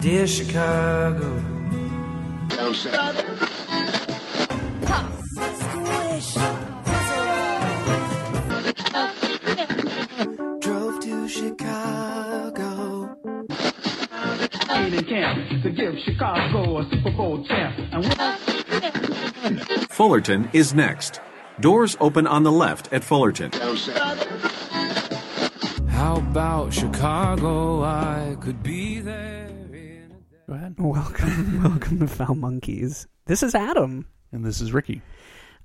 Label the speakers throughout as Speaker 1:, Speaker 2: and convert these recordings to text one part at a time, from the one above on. Speaker 1: Dear Chicago. Drove to Chicago.
Speaker 2: Ain't in camp to give Chicago a Super Bowl champ. And we-
Speaker 3: Fullerton is next. Doors open on the left at Fullerton.
Speaker 1: How about Chicago? I could be there in a
Speaker 4: Go ahead.
Speaker 5: Welcome, welcome to Foul Monkeys. This is Adam.
Speaker 4: And this is Ricky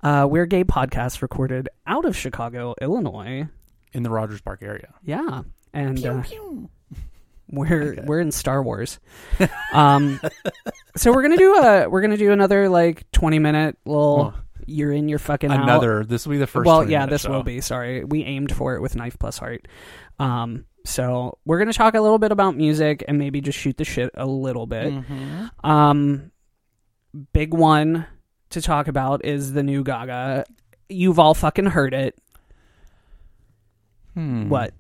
Speaker 5: Uh, we're a gay podcast recorded out of Chicago, Illinois.
Speaker 4: in the Rogers Park area.
Speaker 5: Yeah, and uh, we're we're in Star Wars. um, so we're gonna do a we're gonna do another like twenty minute little.
Speaker 4: Huh.
Speaker 5: You're in your fucking out.
Speaker 4: Another. This will be the first.
Speaker 5: Well,
Speaker 4: 20
Speaker 5: yeah,
Speaker 4: minutes,
Speaker 5: this
Speaker 4: so.
Speaker 5: will be. Sorry, we aimed for it with Knife Plus Heart. Um, so we're gonna talk a little bit about music and maybe just shoot the shit a little bit.
Speaker 4: Mm-hmm.
Speaker 5: Um, big one to talk about is the new Gaga. You've all fucking heard it.
Speaker 4: Hmm.
Speaker 5: What?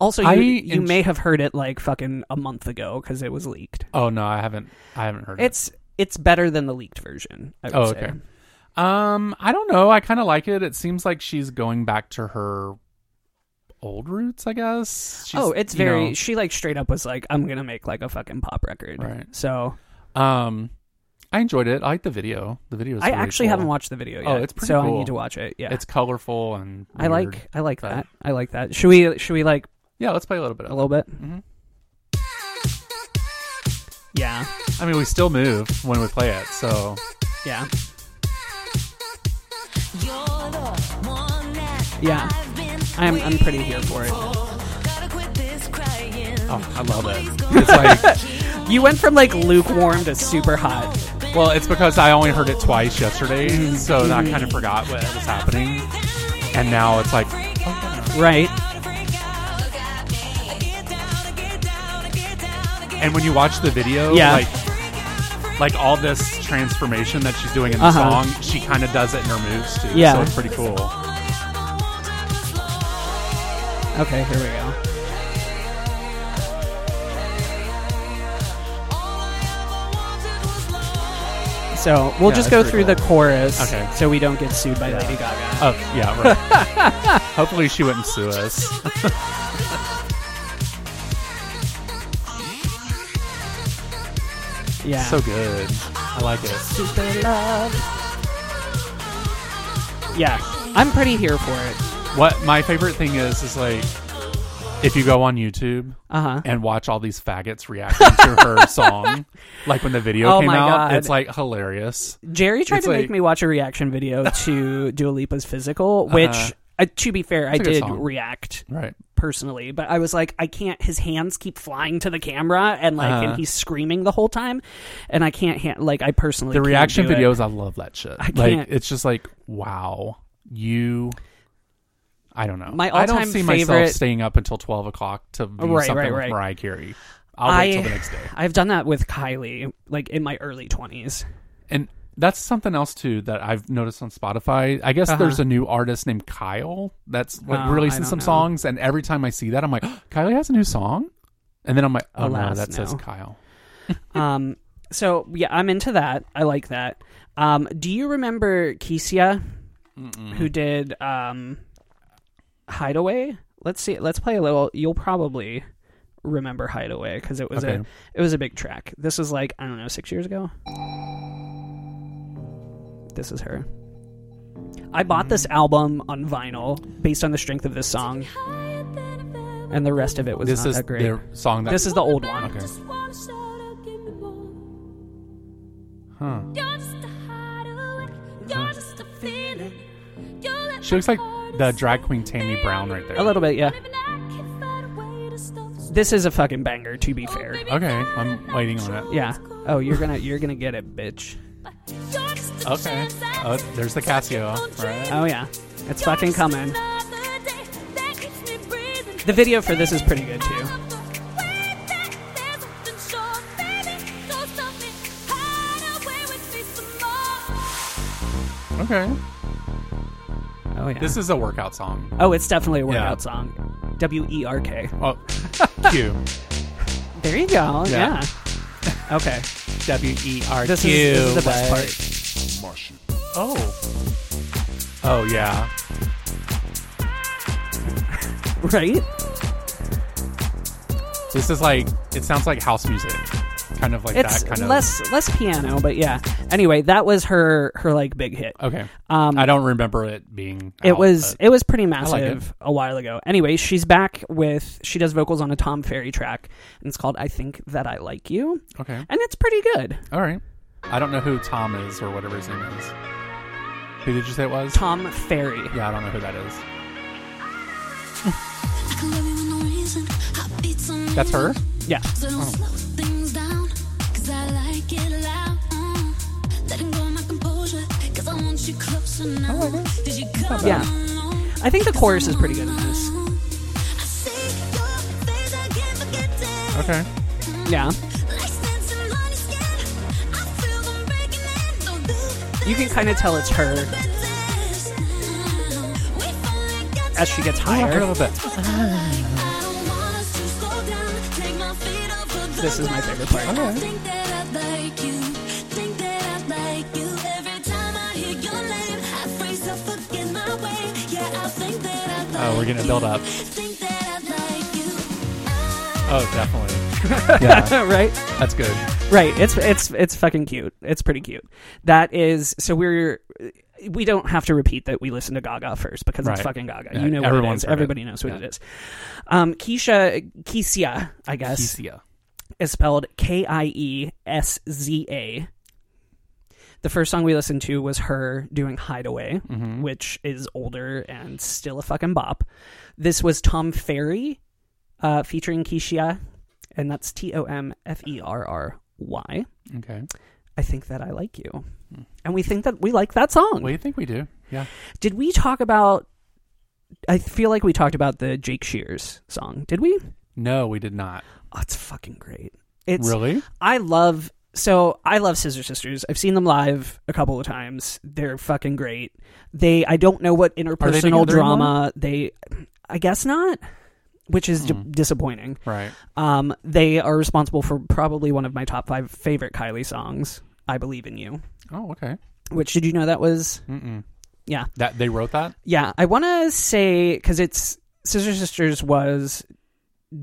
Speaker 5: Also, you,
Speaker 4: I
Speaker 5: you
Speaker 4: am-
Speaker 5: may have heard it like fucking a month ago because it was leaked.
Speaker 4: Oh no, I haven't. I haven't heard it.
Speaker 5: It's it's better than the leaked version. I would
Speaker 4: Oh,
Speaker 5: say.
Speaker 4: okay. Um, I don't know. I kind of like it. It seems like she's going back to her old roots. I guess. She's,
Speaker 5: oh, it's
Speaker 4: you
Speaker 5: very.
Speaker 4: know,
Speaker 5: She like straight up was like, "I'm gonna make like a fucking pop record."
Speaker 4: Right.
Speaker 5: So
Speaker 4: um, I enjoyed it. I like the video. The video. Is
Speaker 5: I
Speaker 4: really
Speaker 5: actually
Speaker 4: cool.
Speaker 5: haven't watched the video yet.
Speaker 4: Oh, it's pretty
Speaker 5: so I
Speaker 4: cool.
Speaker 5: need to watch it. Yeah,
Speaker 4: It's colorful and.
Speaker 5: I
Speaker 4: weird.
Speaker 5: like I like
Speaker 4: but-
Speaker 5: that. I like that. Should we should we like
Speaker 4: Yeah, let's play a little bit. Of
Speaker 5: a little bit?
Speaker 4: Mhm.
Speaker 5: Yeah,
Speaker 4: it. I mean, we still move when we play it. So
Speaker 5: yeah.
Speaker 6: Yeah,
Speaker 5: I'm I'm pretty here for it.
Speaker 4: oh, I love it.
Speaker 6: It's
Speaker 4: like-
Speaker 5: You went from like lukewarm to super hot.
Speaker 4: Well, it's because I only heard it twice yesterday,
Speaker 5: Mm-hmm.
Speaker 4: so I kind of forgot what was happening, and now it's like,
Speaker 5: Right.
Speaker 4: and when you watch the video,
Speaker 5: Yeah.
Speaker 4: like, like all this transformation that she's doing in the
Speaker 5: Uh-huh.
Speaker 4: song, she kind of does it in her moves too.
Speaker 5: Yeah.
Speaker 4: so it's pretty cool.
Speaker 5: Okay, here we go. So we'll
Speaker 4: Yeah,
Speaker 5: just
Speaker 4: that's
Speaker 5: go
Speaker 4: pretty
Speaker 5: through
Speaker 4: cool.
Speaker 5: the chorus,
Speaker 4: Okay.
Speaker 5: so we don't get sued by Lady Gaga.
Speaker 4: Oh yeah, right. Hopefully she wouldn't sue us.
Speaker 5: Yeah.
Speaker 4: So good, I like it.
Speaker 5: yeah, I'm pretty here for it.
Speaker 4: What my favorite thing is is like, if you go on YouTube.
Speaker 5: Uh huh.
Speaker 4: And watch all these faggots reacting to her song, like when the video
Speaker 5: Oh
Speaker 4: came
Speaker 5: my
Speaker 4: out.
Speaker 5: God.
Speaker 4: It's like hilarious.
Speaker 5: Jerry tried
Speaker 4: It's
Speaker 5: to make
Speaker 4: like-
Speaker 5: me watch a reaction video to Dua Lipa's Physical, which,
Speaker 4: Uh-huh.
Speaker 5: uh, to be fair, I
Speaker 4: It's a good
Speaker 5: did
Speaker 4: song.
Speaker 5: react
Speaker 4: Right.
Speaker 5: personally, but I was like, I can't. His hands keep flying to the camera, and like,
Speaker 4: Uh-huh.
Speaker 5: and he's screaming the whole time, and I can't. Ha- like, I personally
Speaker 4: the
Speaker 5: can't
Speaker 4: reaction
Speaker 5: do it.
Speaker 4: videos i love that shit like
Speaker 5: can't.
Speaker 4: it's just like wow you i don't know
Speaker 5: My
Speaker 4: i don't
Speaker 5: all-time
Speaker 4: see
Speaker 5: favorite-
Speaker 4: myself staying up until 12 o'clock to view
Speaker 5: Right,
Speaker 4: something
Speaker 5: right,
Speaker 4: with
Speaker 5: right.
Speaker 4: mariah carey i'll wait till the next day
Speaker 5: I've done that with Kylie, like in my early twenties.
Speaker 4: and that's something else too that i've noticed on spotify i guess
Speaker 5: Uh-huh.
Speaker 4: there's a new artist named kyle that's like
Speaker 5: Oh, I
Speaker 4: releasing
Speaker 5: don't
Speaker 4: some
Speaker 5: know.
Speaker 4: songs and every time i see that i'm like kylie has a new song and then i'm like oh no
Speaker 5: Alas,
Speaker 4: that says
Speaker 5: no.
Speaker 4: kyle
Speaker 5: um, so yeah, I'm into that. I like that. Um, do you remember Kesia, who did um, Hideaway? Let's see. Let's play a little. You'll probably remember Hideaway because it was a
Speaker 4: Okay.
Speaker 5: it was a big track. This was like I don't know six years ago. This is her. I bought
Speaker 4: Mm.
Speaker 5: this album on vinyl based on the strength of this song, and the rest of it was
Speaker 4: this
Speaker 5: not
Speaker 4: is
Speaker 5: that great.
Speaker 4: their song that
Speaker 5: This is the old one.
Speaker 4: okay huh she looks like the drag queen tammy brown right there
Speaker 5: A little bit, yeah. This is a fucking banger, to be fair.
Speaker 4: Okay, I'm waiting on it.
Speaker 5: Yeah. Oh, you're gonna you're gonna get it, bitch.
Speaker 4: Okay. Oh, there's the Casio. Right.
Speaker 5: Oh yeah, it's fucking coming. The video for this is pretty good too.
Speaker 4: Okay.
Speaker 5: Oh yeah.
Speaker 4: This is a workout song.
Speaker 5: oh, it's definitely a workout
Speaker 4: Yeah.
Speaker 5: song. W E R K.
Speaker 4: Oh, Q.
Speaker 5: There you go.
Speaker 4: Yeah.
Speaker 5: Yeah. Okay.
Speaker 4: W E R Q.
Speaker 5: This is, this is the best part.
Speaker 4: Oh. Oh yeah.
Speaker 5: Right?
Speaker 4: This is like it sounds like house music. Kind of like
Speaker 5: It's
Speaker 4: that kind
Speaker 5: less less piano, but yeah. Anyway, that was her her like big hit.
Speaker 4: of Okay.
Speaker 5: Um
Speaker 4: I don't remember it being
Speaker 5: it
Speaker 4: out,
Speaker 5: was
Speaker 4: but-
Speaker 5: it was pretty
Speaker 4: like it.
Speaker 5: massive a while ago. Anyway, she's back with she does vocals on a Tom Ferry track and it's called I Think That I Like You.
Speaker 4: Okay.
Speaker 5: And it's pretty good.
Speaker 4: All right. I don't know who Tom is or whatever his name is. Who did you say it was?
Speaker 5: Tom Ferry.
Speaker 4: Yeah, I don't know who that is. That's
Speaker 6: That's
Speaker 4: her?
Speaker 6: her?
Speaker 5: Yeah.
Speaker 6: uh.
Speaker 5: Yeah. Oh,
Speaker 6: Yeah.
Speaker 5: I think the chorus is pretty good in this.
Speaker 6: Okay.
Speaker 4: Okay.
Speaker 5: Yeah. You can kind of tell it's her as she gets
Speaker 4: I heard a
Speaker 5: higher.
Speaker 4: little bit.
Speaker 6: This is my favorite part.
Speaker 4: Okay.
Speaker 6: Oh, we're gonna build up.
Speaker 4: Oh, definitely. yeah,
Speaker 5: right?
Speaker 4: that's good.
Speaker 5: Right. It's it's it's fucking cute. It's pretty cute. That is so we're we don't have to repeat that we listen to Gaga first because it's
Speaker 4: Right.
Speaker 5: fucking Gaga.
Speaker 4: Yeah,
Speaker 5: you know what it
Speaker 4: everyone's
Speaker 5: is.
Speaker 4: heard it.
Speaker 5: Everybody knows what
Speaker 4: Yeah.
Speaker 5: it is. Um, Keisha Kesia, I guess,
Speaker 4: Kesia.
Speaker 5: is spelled K I E S Z A. The first song we listened to was her doing Hideaway,
Speaker 4: Mm-hmm.
Speaker 5: which is older and still a fucking bop. This was Tom Ferry uh, featuring Keisha, and that's T O M F E R R Y.
Speaker 4: Okay.
Speaker 5: I think that I like you. And we think that we like that song.
Speaker 4: Well, you think Hmm. we do? Yeah.
Speaker 5: Did we talk about I feel like we talked about the Jake Shears song. Did we?
Speaker 4: No, we did not.
Speaker 5: Oh, it's fucking great. It's
Speaker 4: Really?
Speaker 5: I love so I love Scissor Sisters. I've seen them live a couple of times. They're fucking great. They I don't know what interpersonal
Speaker 4: together anymore? Hmm.
Speaker 5: drama they I guess not, which is d- disappointing.
Speaker 4: Right.
Speaker 5: Um they are responsible for probably one of my top 5 favorite Kylie songs, I Believe in You,
Speaker 4: Oh, okay.
Speaker 5: which did you know that was
Speaker 4: Mm-mm.
Speaker 5: Yeah.
Speaker 4: That they wrote that.
Speaker 5: Yeah, I want to say because it's Scissor Sisters was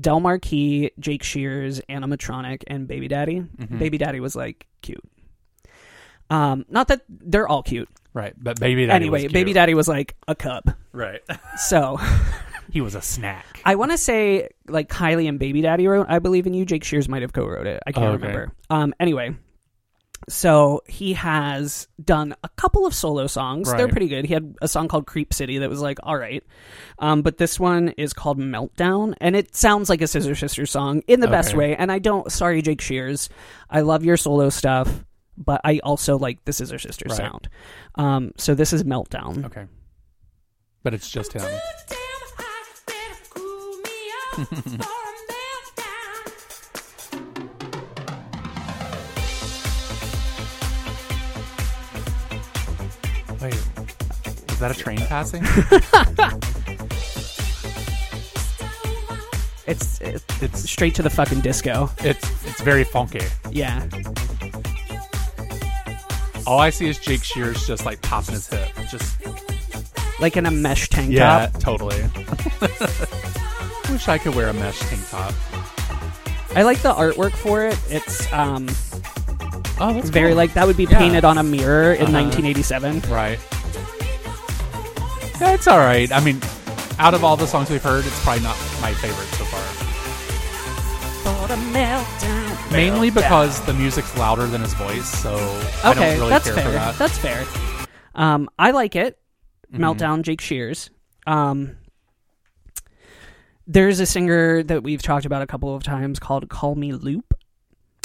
Speaker 5: Del Marquis, Jake Shears, animatronic, and Baby Daddy.
Speaker 4: Mm-hmm.
Speaker 5: Baby Daddy was like cute. Um, not that they're all cute.
Speaker 4: Right. But baby daddy. was
Speaker 5: anyway,
Speaker 4: cute.
Speaker 5: Baby Daddy was like a cub.
Speaker 4: Right.
Speaker 5: So
Speaker 4: he was a snack.
Speaker 5: I want to say like Kylie and Baby Daddy wrote "I Believe in You." Jake Shears might have co-wrote it. I can't
Speaker 4: Oh, okay.
Speaker 5: remember. Um, anyway, so he has done a couple of solo songs. They're
Speaker 4: Right.
Speaker 5: pretty good. He had a song called "Creep City" that was like all right, um, but this one is called "Meltdown," and it sounds like a Scissor Sisters song in the best
Speaker 4: Okay.
Speaker 5: way. And I don't. Sorry, Jake Shears. I love your solo stuff. But I also like the Scissor Sisters
Speaker 4: Right.
Speaker 5: sound. Um, so this is Meltdown.
Speaker 4: Okay. But it's just him. Oh, Wait. Is that a train passing?
Speaker 5: It's, it's
Speaker 4: it's
Speaker 5: straight to the fucking disco.
Speaker 4: it's it's very funky.
Speaker 5: Yeah.
Speaker 4: All Oh, I see is Jake Shears just like popping his hip. Just
Speaker 5: like in a mesh tank
Speaker 4: yeah,
Speaker 5: top.
Speaker 4: totally. Wish I could wear a mesh tank top.
Speaker 5: I like the artwork for it. It's um,
Speaker 4: Oh, that's
Speaker 5: very
Speaker 4: cool.
Speaker 5: like that would be
Speaker 4: Yeah. Uh-huh.
Speaker 5: painted on a mirror in 1987.
Speaker 4: Right. Yeah, it's all right. I mean, out of all the songs we've heard, it's probably not my favorite so far. Mainly because the music's louder than his voice, so I
Speaker 5: Okay,
Speaker 4: don't really
Speaker 5: that's
Speaker 4: care
Speaker 5: fair.
Speaker 4: for that. Mm-hmm.
Speaker 5: That's fair. Um, I like it. Meltdown, Jake Shears. Um, there's a singer that we've talked about a couple of times called "Call Me Loop,"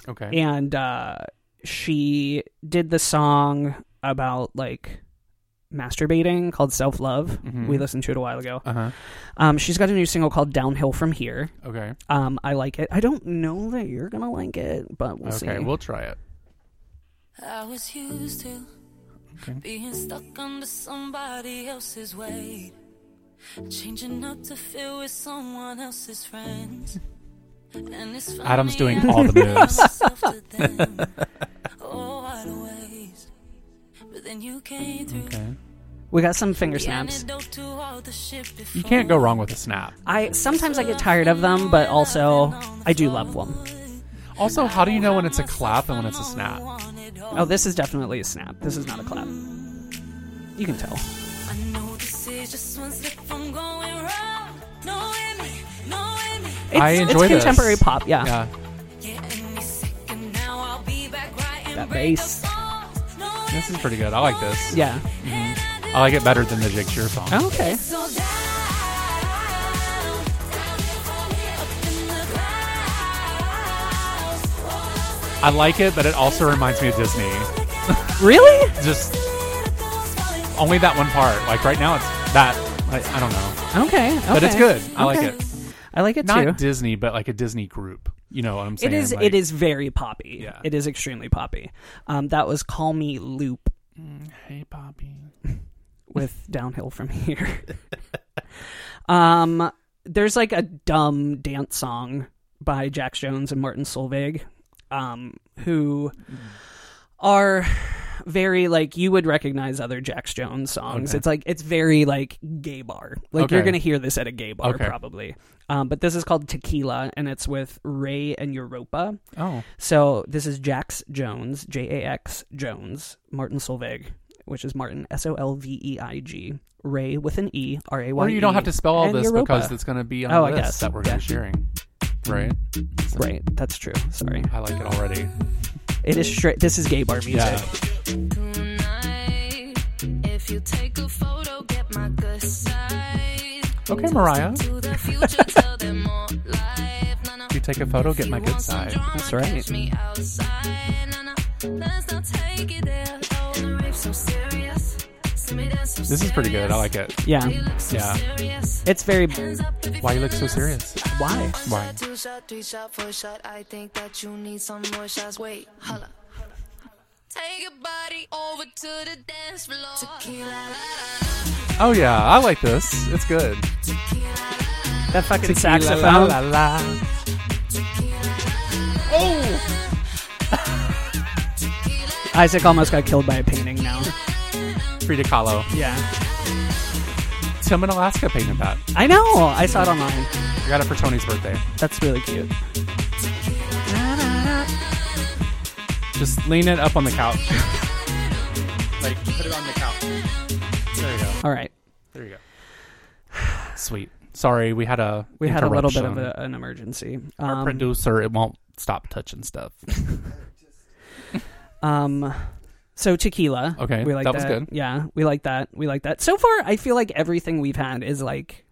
Speaker 4: okay.
Speaker 5: and uh, she did the song about like masturbating called "Self Love."
Speaker 4: Mm-hmm.
Speaker 5: We listened to it a while ago.
Speaker 4: Uh huh.
Speaker 5: Um, she's got a new single called "Downhill from Here."
Speaker 4: Okay.
Speaker 5: Um, I like it. I don't know that you're gonna like it, but we'll see.
Speaker 4: Okay. We'll try it.
Speaker 6: I was used to being stuck under somebody else's weight, changing up to feel with someone else's friends. And it's
Speaker 4: Adam's
Speaker 6: funny,
Speaker 4: doing all the
Speaker 6: I
Speaker 4: moves.
Speaker 6: myself to them. Oh, what a waste. But then you came through.
Speaker 4: Okay.
Speaker 5: We got some finger
Speaker 6: The
Speaker 5: snaps.
Speaker 6: antidote to all the shit
Speaker 4: You can't go
Speaker 6: before.
Speaker 4: wrong with a snap.
Speaker 5: I sometimes I get tired of them, but also I do love them.
Speaker 4: Also, how do you know when it's a clap and when it's a snap?
Speaker 5: Oh, this is definitely a snap. This is not a clap. You can tell.
Speaker 6: I know this is just one slip from going wrong. Knowing me, knowing me.
Speaker 5: It's,
Speaker 4: I enjoy
Speaker 5: it's
Speaker 4: this.
Speaker 5: contemporary pop. Yeah.
Speaker 4: Yeah.
Speaker 6: Yeah, any second now I'll be back right and
Speaker 5: That
Speaker 6: break up
Speaker 5: bass.
Speaker 6: songs. Knowing
Speaker 4: This is pretty good. I like this.
Speaker 5: Yeah.
Speaker 4: I like it better than the Jake Shear song.
Speaker 5: Okay.
Speaker 6: So down, down and from here up in the clouds.
Speaker 4: I like it, but it also reminds me of Disney.
Speaker 5: Really?
Speaker 4: Just only that one part. Like right now, it's that. I, I don't know,
Speaker 5: Okay.
Speaker 4: but it's
Speaker 5: okay.
Speaker 4: good. I like
Speaker 5: Okay.
Speaker 4: it.
Speaker 5: I like it
Speaker 4: Not
Speaker 5: too.
Speaker 4: Disney, but like a Disney group. You know what I'm saying?
Speaker 5: It is.
Speaker 4: Like,
Speaker 5: it is very poppy.
Speaker 4: Yeah.
Speaker 5: It is extremely poppy. Um, that was "Call Me Loop"
Speaker 4: Mm, Hey, Poppy.
Speaker 5: with "Downhill from Here." um, there's like a dumb dance song by Jax Jones and Martin Solveig, um, who
Speaker 4: Mm.
Speaker 5: are very like you would recognize other Jax Jones songs.
Speaker 4: Okay.
Speaker 5: It's like it's very like gay bar. Like you're
Speaker 4: Okay.
Speaker 5: gonna hear this at a gay bar
Speaker 4: Okay.
Speaker 5: probably. Um, but this is called Tequila, and it's with Ray and Europa.
Speaker 4: Oh,
Speaker 5: So this is Jax Jones, J A X Jones, Martin Solveig, which is Martin S O L V E I G, Ray with an E, R A Y.
Speaker 4: or you don't have to spell all
Speaker 5: and
Speaker 4: this
Speaker 5: Europa.
Speaker 4: because it's going to be on
Speaker 5: Oh,
Speaker 4: the
Speaker 5: I
Speaker 4: list
Speaker 5: guess.
Speaker 4: that we're
Speaker 5: Yeah.
Speaker 4: sharing, right? So,
Speaker 5: Right, that's true. Sorry,
Speaker 4: I like it already.
Speaker 5: it is straight. This is gay bar music.
Speaker 4: Yeah.
Speaker 6: Tonight, if you take a photo, get my good side.
Speaker 4: Okay, Mariah.
Speaker 6: To the future, tell them more life. No, no.
Speaker 4: If you take a photo, get my good side.
Speaker 5: That's right.
Speaker 6: Catch me outside. No, no. Let's not take it there. Oh, the rape's so serious. See me dance so
Speaker 4: This is pretty good. I like it.
Speaker 5: Yeah,
Speaker 6: serious. You look so
Speaker 4: Yeah.
Speaker 6: serious.
Speaker 5: it's very.
Speaker 6: Hands up if you
Speaker 4: Why you look
Speaker 6: feel
Speaker 4: so
Speaker 6: us.
Speaker 4: serious?
Speaker 5: Why?
Speaker 4: Why?
Speaker 6: Two shot, three shot, four shot. I think that you need some more shots. Wait, holla. Take your body over to the dance floor.
Speaker 4: Oh yeah, I like this. It's good.
Speaker 5: That fucking
Speaker 4: La,
Speaker 5: saxophone.
Speaker 4: la, la, la.
Speaker 5: Isaac almost got killed by a painting. Now,
Speaker 4: Frida Kahlo.
Speaker 5: yeah,
Speaker 4: Tim in Alaska painted that.
Speaker 5: I know. I saw it online.
Speaker 4: I got it for Tony's birthday.
Speaker 5: That's really cute.
Speaker 4: Just lean it up on the couch. like put it on the couch. There you go.
Speaker 5: All right,
Speaker 4: There you go. Sweet. Sorry, we had a
Speaker 5: we had a little bit of a,
Speaker 4: interruption.
Speaker 5: an emergency.
Speaker 4: Our
Speaker 5: Um,
Speaker 4: producer. It won't stop touching stuff.
Speaker 5: Um, so tequila.
Speaker 4: Okay,
Speaker 5: we like that.
Speaker 4: that was good.
Speaker 5: Yeah, we like that. We like that. So far, I feel like everything we've had is like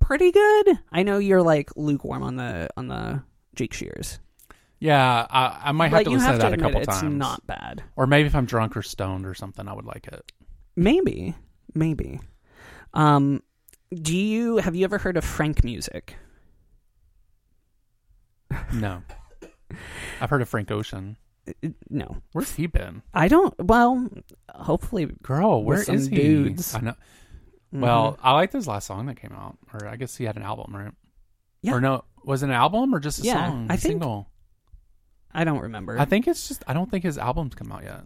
Speaker 5: pretty good. I know you're like lukewarm on the on the Jake Shears.
Speaker 4: Yeah, I, I might have
Speaker 5: like
Speaker 4: to
Speaker 5: you have
Speaker 4: listen
Speaker 5: to
Speaker 4: to that a
Speaker 5: admit
Speaker 4: couple
Speaker 5: it's
Speaker 4: times.
Speaker 5: not bad.
Speaker 4: Or maybe if I'm drunk or stoned or something, I would like it.
Speaker 5: Maybe, maybe. Um, do you have you ever heard of Frank music?
Speaker 4: No. I've heard of Frank Ocean.
Speaker 5: No,
Speaker 4: Where's he been?
Speaker 5: I don't. Well, hopefully.
Speaker 4: Girl, where is
Speaker 5: some
Speaker 4: he?
Speaker 5: dudes. Mm-hmm.
Speaker 4: I know. Well, I liked his last song that came out, or I guess he had an album, right?
Speaker 5: Yeah.
Speaker 4: Or no, was it an album or just a
Speaker 5: Yeah,
Speaker 4: song?
Speaker 5: I
Speaker 4: a
Speaker 5: think-
Speaker 4: single.
Speaker 5: I don't remember.
Speaker 4: I think it's just. I don't think his album's come out yet.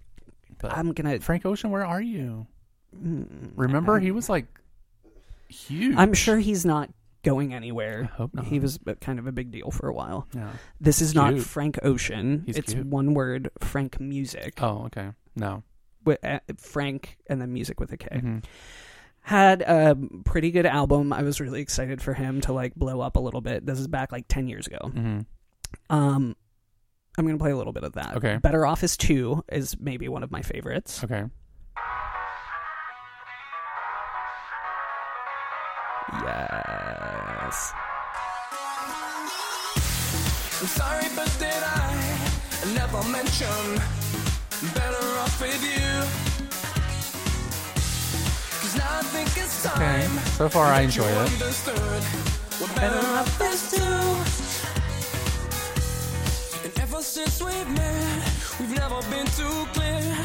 Speaker 4: But
Speaker 5: I'm gonna.
Speaker 4: Frank Ocean, where are you? Remember, he was like huge.
Speaker 5: I'm sure he's not going anywhere.
Speaker 4: I hope not.
Speaker 5: He was uh, kind of a big deal for a while.
Speaker 4: Yeah.
Speaker 5: This is not
Speaker 4: Cute.
Speaker 5: Frank Ocean.
Speaker 4: He's
Speaker 5: it's
Speaker 4: cute.
Speaker 5: one word, Frank Music.
Speaker 4: Oh, okay. No.
Speaker 5: Wi- uh, Frank and then music with a K.
Speaker 4: Mhm.
Speaker 5: Had a pretty good album. I was really excited for him to like blow up a little bit. This is back like 10 years ago.
Speaker 4: hmm
Speaker 5: Um I'm going to play a little bit of that.
Speaker 4: Okay.
Speaker 5: Better Off is 2 is maybe one of my favorites.
Speaker 4: Okay.
Speaker 5: Yes.
Speaker 7: I'm sorry, but did I never mention better off with you? 'Cause now I think it's
Speaker 4: Okay.
Speaker 7: time
Speaker 4: So far, I
Speaker 7: you
Speaker 4: enjoy it.
Speaker 7: understood. We're better off as two. And ever since we've met, we've never been too clear.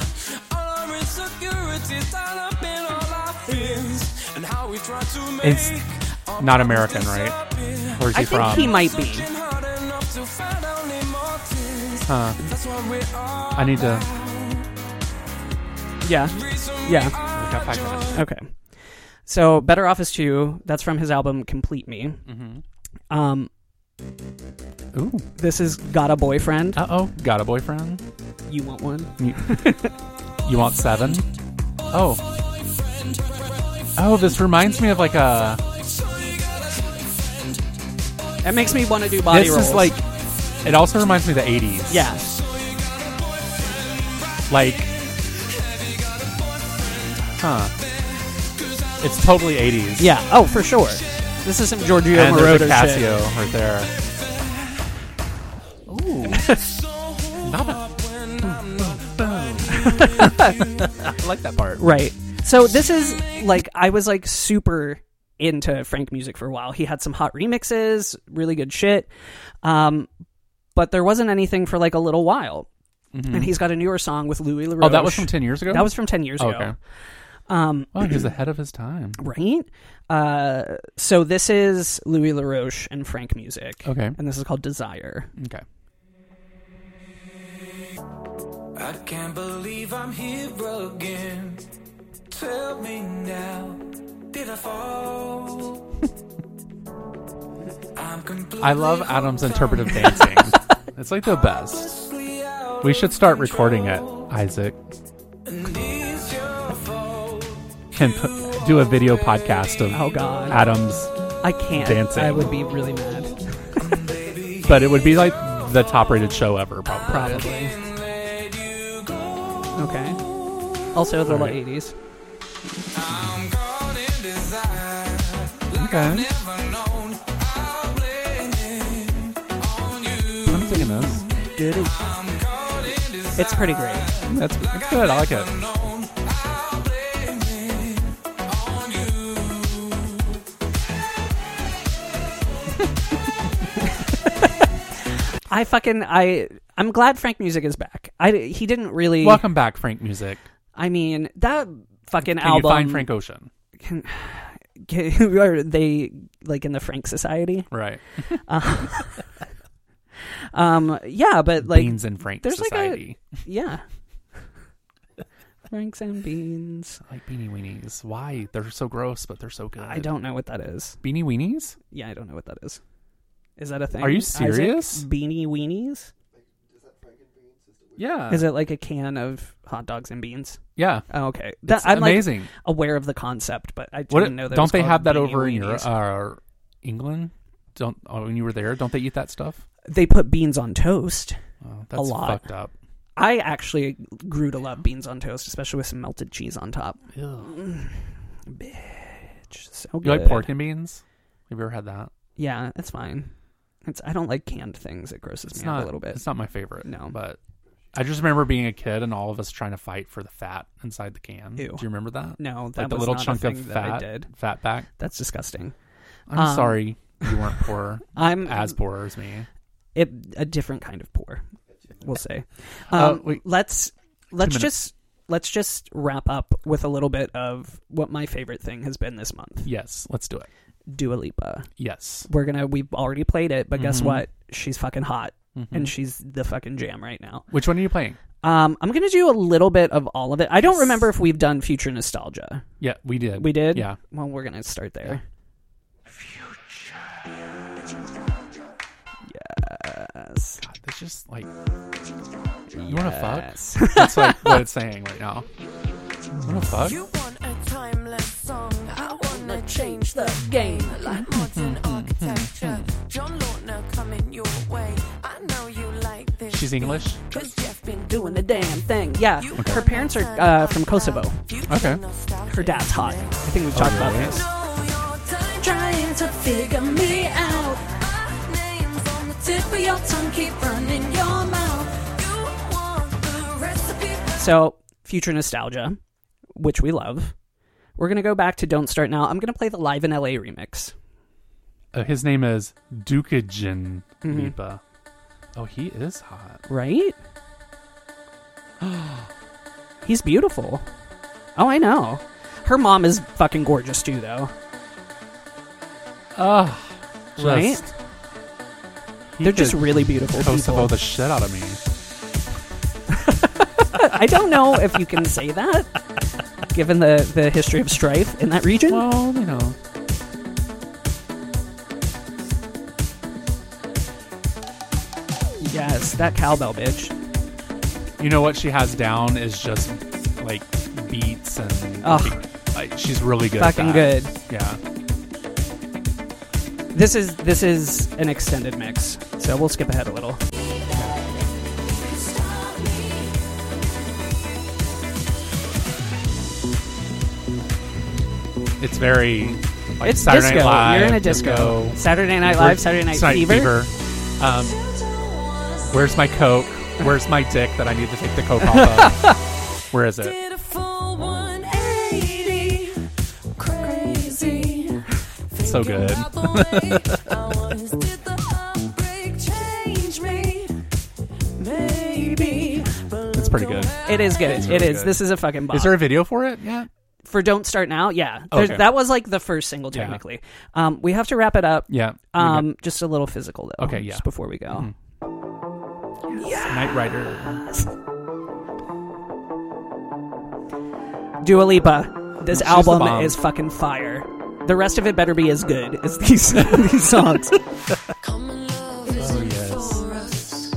Speaker 7: All our insecurities tied up in all our fears, and how we try to make.
Speaker 4: It's not American, right?
Speaker 7: disappear.
Speaker 4: Where's he
Speaker 5: I think
Speaker 4: from?
Speaker 5: he might be.
Speaker 7: Searching hard enough to find only more tears.
Speaker 4: Huh.
Speaker 7: That's what we're all
Speaker 4: I need to.
Speaker 5: Yeah.
Speaker 7: reason
Speaker 5: Yeah.
Speaker 4: I've got five minutes.
Speaker 5: Okay. So, Better Office 2, that's from his album Complete Me.
Speaker 4: Mm-hmm.
Speaker 5: Um,
Speaker 4: Ooh.
Speaker 5: this is Got a Boyfriend.
Speaker 4: Uh oh. Got a boyfriend?
Speaker 5: You want one?
Speaker 4: You want seven? Oh. Oh, this reminds me of like a.
Speaker 5: That makes me want to do body
Speaker 4: this
Speaker 5: rolls.
Speaker 4: is like. It also reminds me of the 80s.
Speaker 5: Yeah.
Speaker 4: Like. Huh. It's totally 80s.
Speaker 5: Yeah. Oh, for sure. This is some Giorgio
Speaker 4: And there's a
Speaker 5: Moroder
Speaker 4: Casio
Speaker 5: shit.
Speaker 4: right there. Ooh. Not a- I like that part.
Speaker 5: Right. So this is like I was like super into Frank music for a while. He had some hot remixes, really good shit. Um but there wasn't anything for like a little while. And he's got a newer song with Louis LaRoche.
Speaker 4: Mm-hmm. Oh, that was from 10 years ago?
Speaker 5: That was from 10 years
Speaker 4: Oh,
Speaker 5: ago.
Speaker 4: okay.
Speaker 5: Um
Speaker 4: Oh, he was ahead of his time.
Speaker 5: right? Uh so this is Louis LaRoche and Frank music.
Speaker 4: Okay. Mm.
Speaker 5: And this is called Desire.
Speaker 4: Okay.
Speaker 7: I can't believe I'm here again. Tell me now, did I fall? I'm completely
Speaker 4: I love Adam's interpretive dancing. It's like the best.
Speaker 7: hopelessly out
Speaker 4: We should start
Speaker 7: of
Speaker 4: recording it,
Speaker 7: control.
Speaker 4: Isaac,
Speaker 7: And it's your fault.
Speaker 4: and put, do a video podcast of
Speaker 5: Oh god.
Speaker 4: Adam's,
Speaker 5: I can't.
Speaker 4: Dancing.
Speaker 5: I would be really mad.
Speaker 4: but it would be like the top-rated show ever, probably.
Speaker 5: Probably. Okay. Also the late 80s.
Speaker 7: I'm caught in desire.
Speaker 4: Okay.
Speaker 7: Never known. I'll blame it on you.
Speaker 4: I'm thinking this.
Speaker 5: It's pretty great.
Speaker 4: That's, that's good. I like it.
Speaker 7: Known. I'll blame it on you.
Speaker 5: I fucking I I'm glad Frank Music is back. I he didn't really.
Speaker 4: Welcome back, Frank Music.
Speaker 5: I mean that fucking
Speaker 4: Can
Speaker 5: album.
Speaker 4: you find Frank Ocean?
Speaker 5: can- are they like in the Frank Society?
Speaker 4: Right.
Speaker 5: Um, yeah, but like
Speaker 4: Beans and Frank
Speaker 5: there's like a-
Speaker 4: Society.
Speaker 5: yeah, Franks and beans.
Speaker 4: Like, beanie weenies. Why? They're so gross, but they're so good.
Speaker 5: I don't know what that is.
Speaker 4: Beanie weenies?
Speaker 5: Yeah, I don't know what that is. Is that a thing?
Speaker 4: Are you
Speaker 5: Isaac?
Speaker 4: serious?
Speaker 5: Beanie weenies?
Speaker 4: Yeah.
Speaker 5: is it like a can of hot dogs and beans?
Speaker 4: yeah.
Speaker 5: Oh, okay,
Speaker 4: That's
Speaker 5: that, I'm like,
Speaker 4: amazing.
Speaker 5: aware of the concept, but I didn't
Speaker 4: What,
Speaker 5: know that. it was
Speaker 4: don't they
Speaker 5: called
Speaker 4: have that
Speaker 5: Beanie
Speaker 4: over in
Speaker 5: Weenies.
Speaker 4: Europe, uh, England? Don't oh, when you were there, don't they eat that stuff?
Speaker 5: They put beans on toast.
Speaker 4: Oh, that's
Speaker 5: lot.
Speaker 4: fucked up.
Speaker 5: I actually grew to love beans on toast, especially with some melted cheese on top. Mm. Bitch, so good.
Speaker 4: You like pork and beans? Have you ever had that?
Speaker 5: Yeah, it's fine. It's I don't like canned things. It grosses
Speaker 4: It's
Speaker 5: me out
Speaker 4: not
Speaker 5: a little bit.
Speaker 4: It's not my favorite.
Speaker 5: No.
Speaker 4: but I just remember being a kid and all of us trying to fight for the fat inside the can.
Speaker 5: Ew.
Speaker 4: Do you remember that?
Speaker 5: No, that
Speaker 4: like the
Speaker 5: was
Speaker 4: little
Speaker 5: not a
Speaker 4: chunk of
Speaker 5: thing that I
Speaker 4: fat,
Speaker 5: did.
Speaker 4: fat back.
Speaker 5: That's disgusting.
Speaker 4: I'm
Speaker 5: Um,
Speaker 4: sorry, you weren't poor,
Speaker 5: I'm
Speaker 4: as poor as me.
Speaker 5: it, a different kind of poor. We'll say.
Speaker 4: Uh,
Speaker 5: Um,
Speaker 4: wait.
Speaker 5: let's let's
Speaker 4: minutes.
Speaker 5: just let's just wrap up with a little bit of what my favorite thing has been this month.
Speaker 4: Yes, let's do it.
Speaker 5: Dua Lipa.
Speaker 4: Yes,
Speaker 5: We're gonna we've already played it, but guess
Speaker 4: Mhm.
Speaker 5: what? She's fucking hot.
Speaker 4: Mhm.
Speaker 5: And she's the fucking jam right now.
Speaker 4: Which one are you playing?
Speaker 5: Um, I'm gonna do a little bit of all of it. I don't remember if we've done future nostalgia.
Speaker 4: Yeah, we did.
Speaker 5: We did.
Speaker 4: Yeah.
Speaker 5: Well, we're gonna start there. Yes.
Speaker 4: God, that's just like you want to fuck. That's like what it's saying right now. Want to fuck?
Speaker 6: You want a timeless song. I wanna change the game. Like modern architecture. John Lautner coming your way. I know you like this.
Speaker 4: She's English?
Speaker 6: Cause Jeff been
Speaker 5: Doing the damn thing. Yeah.
Speaker 6: You
Speaker 5: Her
Speaker 6: wanna
Speaker 5: parents are
Speaker 6: turn
Speaker 5: uh,
Speaker 6: up
Speaker 5: from Kosovo.
Speaker 6: now. You
Speaker 4: Okay.
Speaker 6: get nostalgic.
Speaker 5: Her dad's hot. I think
Speaker 4: Oh,
Speaker 5: we've talked about this.
Speaker 6: know you're done trying to figure me out. My name's on the tip of your tongue, keep running your mouth. You want the recipe, but
Speaker 5: So future nostalgia, which we love. We're gonna go back to Don't Start Now. I'm gonna play the Live in LA remix.
Speaker 4: Uh, his name is Dukajan
Speaker 5: Mm-hmm.
Speaker 4: Lipa. Oh, he is hot.
Speaker 5: Right? He's beautiful. Oh, I know. Her mom is fucking gorgeous too, though.
Speaker 4: Ah,
Speaker 5: Right?
Speaker 4: just He
Speaker 5: They're just
Speaker 4: could
Speaker 5: really beautiful
Speaker 4: Kosovo
Speaker 5: people.
Speaker 4: the shit out of me.
Speaker 5: I don't know if you can say that, given the, the history of strife in that region.
Speaker 4: Well, you know.
Speaker 5: yes, that cowbell bitch.
Speaker 4: You know what she has down is just like beats and
Speaker 5: Ugh.
Speaker 4: like, she's really good.
Speaker 5: Fucking
Speaker 4: at that.
Speaker 5: good.
Speaker 4: Yeah.
Speaker 5: This is this is an extended mix, so we'll skip ahead a little.
Speaker 4: It's very like
Speaker 5: it's
Speaker 4: Saturday
Speaker 5: disco.
Speaker 4: Night Live.
Speaker 5: You're in a disco. Saturday Night
Speaker 4: Fever-
Speaker 5: Live, Saturday Night Fever.
Speaker 4: Fever. Um, where's my coke? Where's my dick that I need to take the coke off of? Where is it?
Speaker 6: Did a full 180. Crazy.
Speaker 4: So good.
Speaker 6: Thinking about the way I was. Did the heartbreak change me? Maybe. But
Speaker 4: It's pretty
Speaker 6: look
Speaker 4: good.
Speaker 6: at
Speaker 5: It is good.
Speaker 6: where
Speaker 5: it
Speaker 4: really
Speaker 5: is.
Speaker 4: good.
Speaker 5: This is a fucking bop.
Speaker 4: Is there a video for it? Yeah.
Speaker 5: For Don't Start Now, yeah. There's-
Speaker 4: Okay.
Speaker 5: That was like the first single,
Speaker 4: Yeah.
Speaker 5: technically. Um, we have to wrap it up.
Speaker 4: Yeah.
Speaker 5: Um, just a little physical, though.
Speaker 4: Okay, yeah.
Speaker 5: Just before we go.
Speaker 4: Night Rider.
Speaker 5: Dua Lipa. This
Speaker 4: She's Mm-hmm. the
Speaker 5: album
Speaker 4: bomb.
Speaker 5: is fucking fire. The rest of it better be as good as these, these songs.
Speaker 6: Common love isn't for us.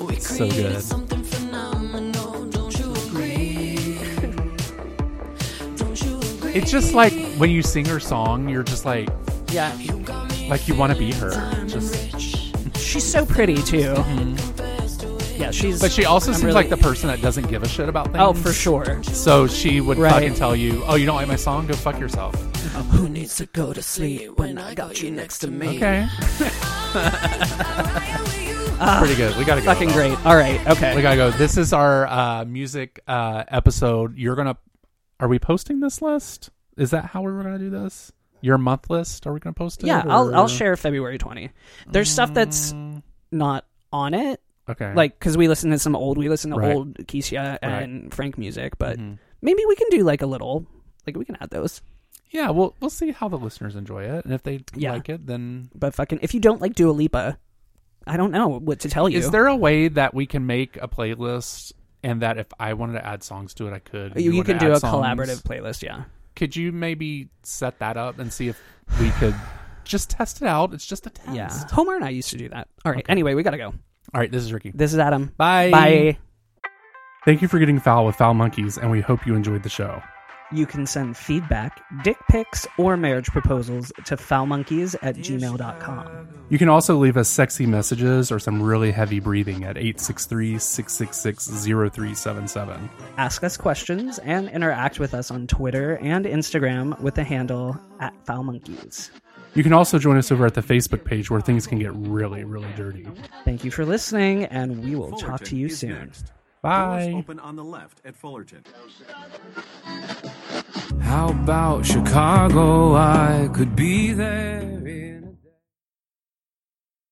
Speaker 6: We
Speaker 4: Oh, So
Speaker 6: created
Speaker 4: good.
Speaker 6: something phenomenal, don't you agree? Don't you agree?
Speaker 4: It's just like when you sing her song, you're just like
Speaker 5: yeah.
Speaker 4: like you want to be her. Just,
Speaker 5: She's so pretty, too. Yeah, she's.
Speaker 4: Mm-hmm. but she also
Speaker 5: I'm
Speaker 4: seems
Speaker 5: really-
Speaker 4: like the person that doesn't give a shit about things.
Speaker 5: Oh, for sure.
Speaker 4: So she would
Speaker 5: Right.
Speaker 4: fucking tell you, "Oh, you don't like my song? Go fuck yourself."
Speaker 5: Who needs to go to sleep when I got you next to me?
Speaker 4: Okay. Pretty good. We gotta go.
Speaker 5: Ah, Fucking
Speaker 4: though.
Speaker 5: great. All right. Okay.
Speaker 4: We gotta go. This is our uh, music uh, episode. You're gonna. Are we posting this list? Is that how we were gonna do this? Your month list? Are we gonna post it?
Speaker 5: Yeah, I'll, I'll
Speaker 4: or-
Speaker 5: share February 20. There's stuff that's not on it,
Speaker 4: Okay.
Speaker 5: like because we listen to some old, we listen to
Speaker 4: Right. Mm-hmm.
Speaker 5: old Keisha and Frank music, but maybe we can do like a little, like we can add those.
Speaker 4: yeah, we'll we'll see how the listeners enjoy it, and if they
Speaker 5: Yeah.
Speaker 4: like it, then
Speaker 5: But fucking, if you don't like Dua Lipa, I don't know what to tell you.
Speaker 4: is there a way that we can make a playlist? And that if I wanted to add songs to it, I could.
Speaker 5: you, you
Speaker 4: wanna
Speaker 5: can do
Speaker 4: add
Speaker 5: a
Speaker 4: songs?
Speaker 5: collaborative playlist, yeah.
Speaker 4: Could you maybe set that up and see if we could just test it out? It's just a test.
Speaker 5: Yeah. Homer and I used to do that. All right. Anyway, we got to go.
Speaker 4: All right. This is Ricky.
Speaker 5: This is Adam.
Speaker 4: Bye.
Speaker 5: Bye.
Speaker 4: Thank you for getting foul with Foul Monkeys, and we hope you enjoyed the show.
Speaker 5: You can send feedback, dick pics, or marriage proposals to foulmonkeys at gmail.com.
Speaker 4: You can also leave us sexy messages or some really heavy breathing at 863 666 0377.
Speaker 5: ask us questions, and interact with us on Twitter and Instagram with the handle at Foul Monkeys.
Speaker 4: You can also join us over at the Facebook page where things can get really, really dirty.
Speaker 5: Thank you for listening, and we will talk to
Speaker 3: Fullerton
Speaker 5: you
Speaker 3: is
Speaker 5: soon.
Speaker 3: next. Doors
Speaker 4: Bye.
Speaker 3: open on the left at Fullerton.
Speaker 1: How about Chicago? I could be there in